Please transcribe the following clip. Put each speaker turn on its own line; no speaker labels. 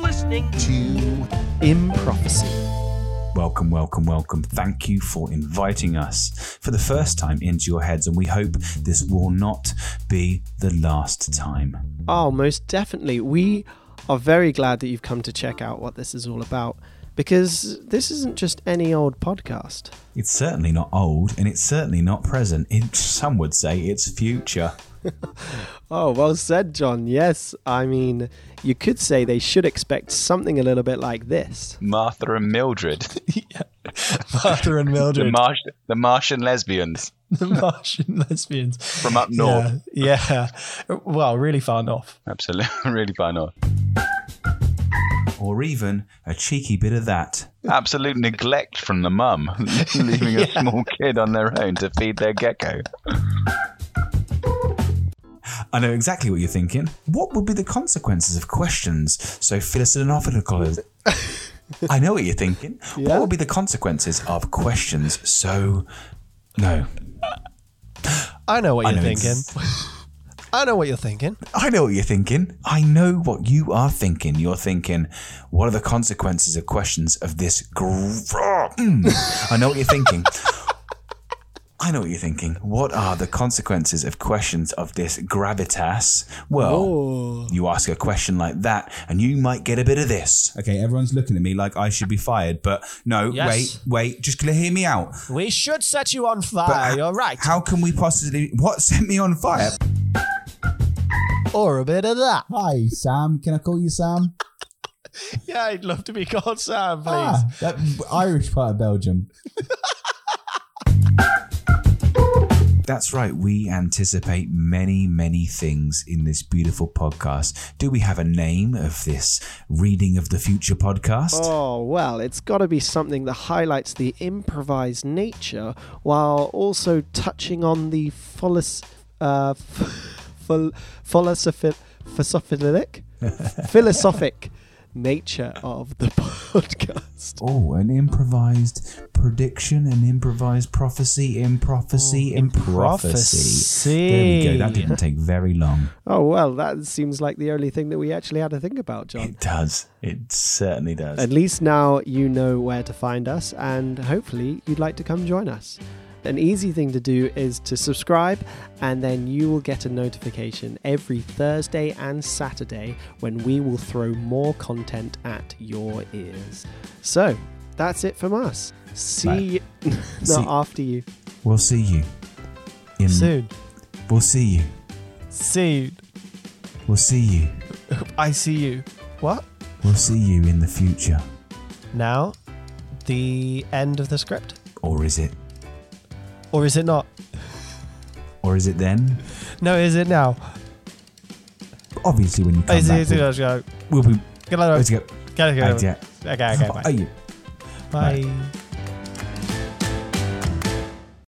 listening to Improphecy.
Welcome, welcome, welcome. Thank you for inviting us for the first time into your heads, and we hope this will not be the last time.
Oh, most definitely. We are very glad that you've come to check out what this is all about because this isn't just any old podcast.
It's certainly not old, and it's certainly not present. It, some would say it's future.
Oh, well said, John. Yes, I mean, you could say they should expect something a little bit like this.
Martha and Mildred,
Arthur and
the,
Mildred,
Marsh, the Martian lesbians
the Martian lesbians
from up north.
Yeah, yeah. Well, really far north.
Absolutely, really far north.
Or even a cheeky bit of that.
Absolute neglect from the mum, leaving a small kid on their own to feed their gecko.
I know exactly what you're thinking. What would be the consequences of questions so philosophical? I know what you're thinking.
Yeah.
What would be the consequences of questions so. No.
I know what
I
you're
know
thinking. I know what you're thinking.
I know what you're thinking. I know what you are thinking. You're thinking, what are the consequences of questions of this? Gr- Mm. I know what you're thinking. I know what you're thinking. What are the consequences of questions of this gravitas? Well, you ask a question like that, and you might get a bit of this. Okay, everyone's looking at me like I should be fired, but no,
Yes.
wait, wait, just hear me out.
We should set you on fire.
h-
you're right.
How can we possibly? What set me on fire?
or a bit of that.
Hi, Sam. Can I call you Sam? Ah.
Yeah, I'd love to be called Sam, please.
that Irish part of Belgium. That's right. We anticipate many, many things in this beautiful podcast. Do we have a name of this reading of the future podcast?
Oh, well, it's got to be something that highlights the improvised nature while also touching on the philos- uh, f- phil- philosophi- philosophic, philosophic nature of the podcast.
Oh, an improvised prediction, an improvised prophecy, improphecy, improphecy. There we go. That didn't take very long.
Oh, well, that seems like the only thing that we actually had to think about, John.
It does. It certainly does.
At least now you know where to find us, and hopefully you'd like to come join us. An easy thing to do is to subscribe, and then you will get a notification every Thursday and Saturday when we will throw more content at your ears. So that's it from us. See, no,
See-
after you.
We'll see you. In,
Soon.
We'll see you.
Soon.
We'll see you.
I see you. What?
We'll see you in the future.
Now? The end of the script?
Or is it?
Or is it not?
Or is it then?
No, is it now?
Obviously, when you come
Is
back,
it, is it, let's go.
we'll, we'll be.
Good luck.
Let's go.
Okay, okay,
Right,
okay.
yeah.
Okay, okay,
Are
bye.
you?
Bye.